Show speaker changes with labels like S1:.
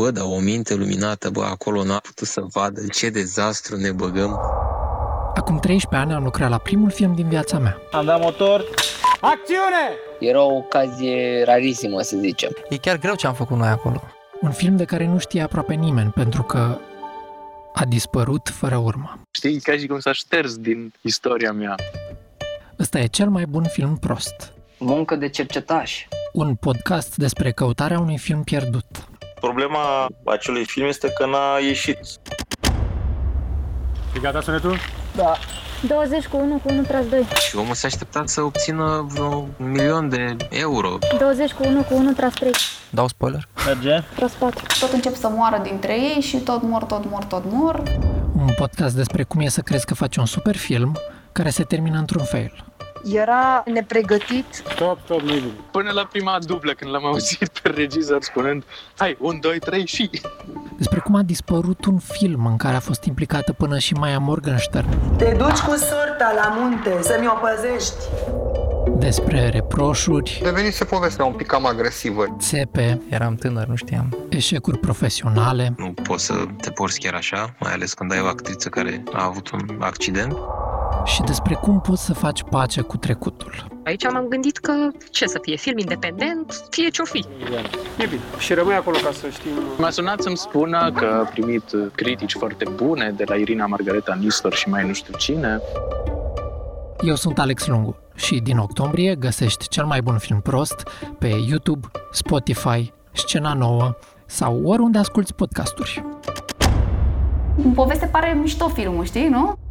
S1: Bă, dar o minte luminată, bă, acolo n-a putut să vadă ce dezastru ne băgăm.
S2: Acum 13 ani am lucrat la primul film din viața mea.
S3: Am dat motor. Acțiune!
S4: Era o ocazie rarisimă, să zicem.
S5: E chiar greu ce am făcut noi acolo.
S2: Un film de care nu știa aproape nimeni, pentru că a dispărut fără urmă.
S6: Știi, ca și cum s-a șters din istoria mea.
S2: Ăsta e cel mai bun film prost.
S4: Muncă de cercetaș.
S2: Un podcast despre căutarea unui film pierdut.
S7: Problema acelui film este că n-a ieșit.
S3: E gata sunetul?
S8: 20 cu 1 cu 1 tras 2.
S1: Și omul se aștepta să obțină vreo un milion de euro.
S8: 20 cu 1 cu 1 tras 3.
S5: Dau spoiler?
S3: Merge?
S8: Tras 4.
S9: Tot încep să moară dintre ei și tot mor, tot mor, tot mor.
S2: Un podcast despre cum e să crezi că faci un super film care se termină într-un fail.
S10: Era nepregătit.
S3: Stop, stop, nu bine.
S6: Până la prima dublă, când l-am auzit pe regizor spunând Hai, un, doi, trei și...
S2: Despre cum a dispărut un film în care a fost implicată până și Maya Morgenstern.
S10: Te duci cu sorta la munte să-mi o păzești.
S2: Despre reproșuri,
S11: Devenise povestea un pic cam agresivă.
S2: țepe,
S5: Eram tânăr, nu știam.
S2: eșecuri profesionale,
S1: Nu poți să te porți chiar așa, mai ales când ai o actriță care a avut un accident.
S2: și despre cum poți să faci pace cu trecutul.
S12: Aici m-am gândit că ce să fie, film independent, fie ce-o fi.
S3: E bine. Și rămâi acolo ca să știm.
S6: M-a sunat să-mi spună că a primit uh, critici foarte bune de la Irina Margareta Nistor și mai nu știu cine.
S2: Eu sunt Alex Lungu și din octombrie găsești cel mai bun film prost pe YouTube, Spotify, Scena Nouă sau oriunde asculti podcasturi.
S9: În poveste pare mișto filmul, știi, nu?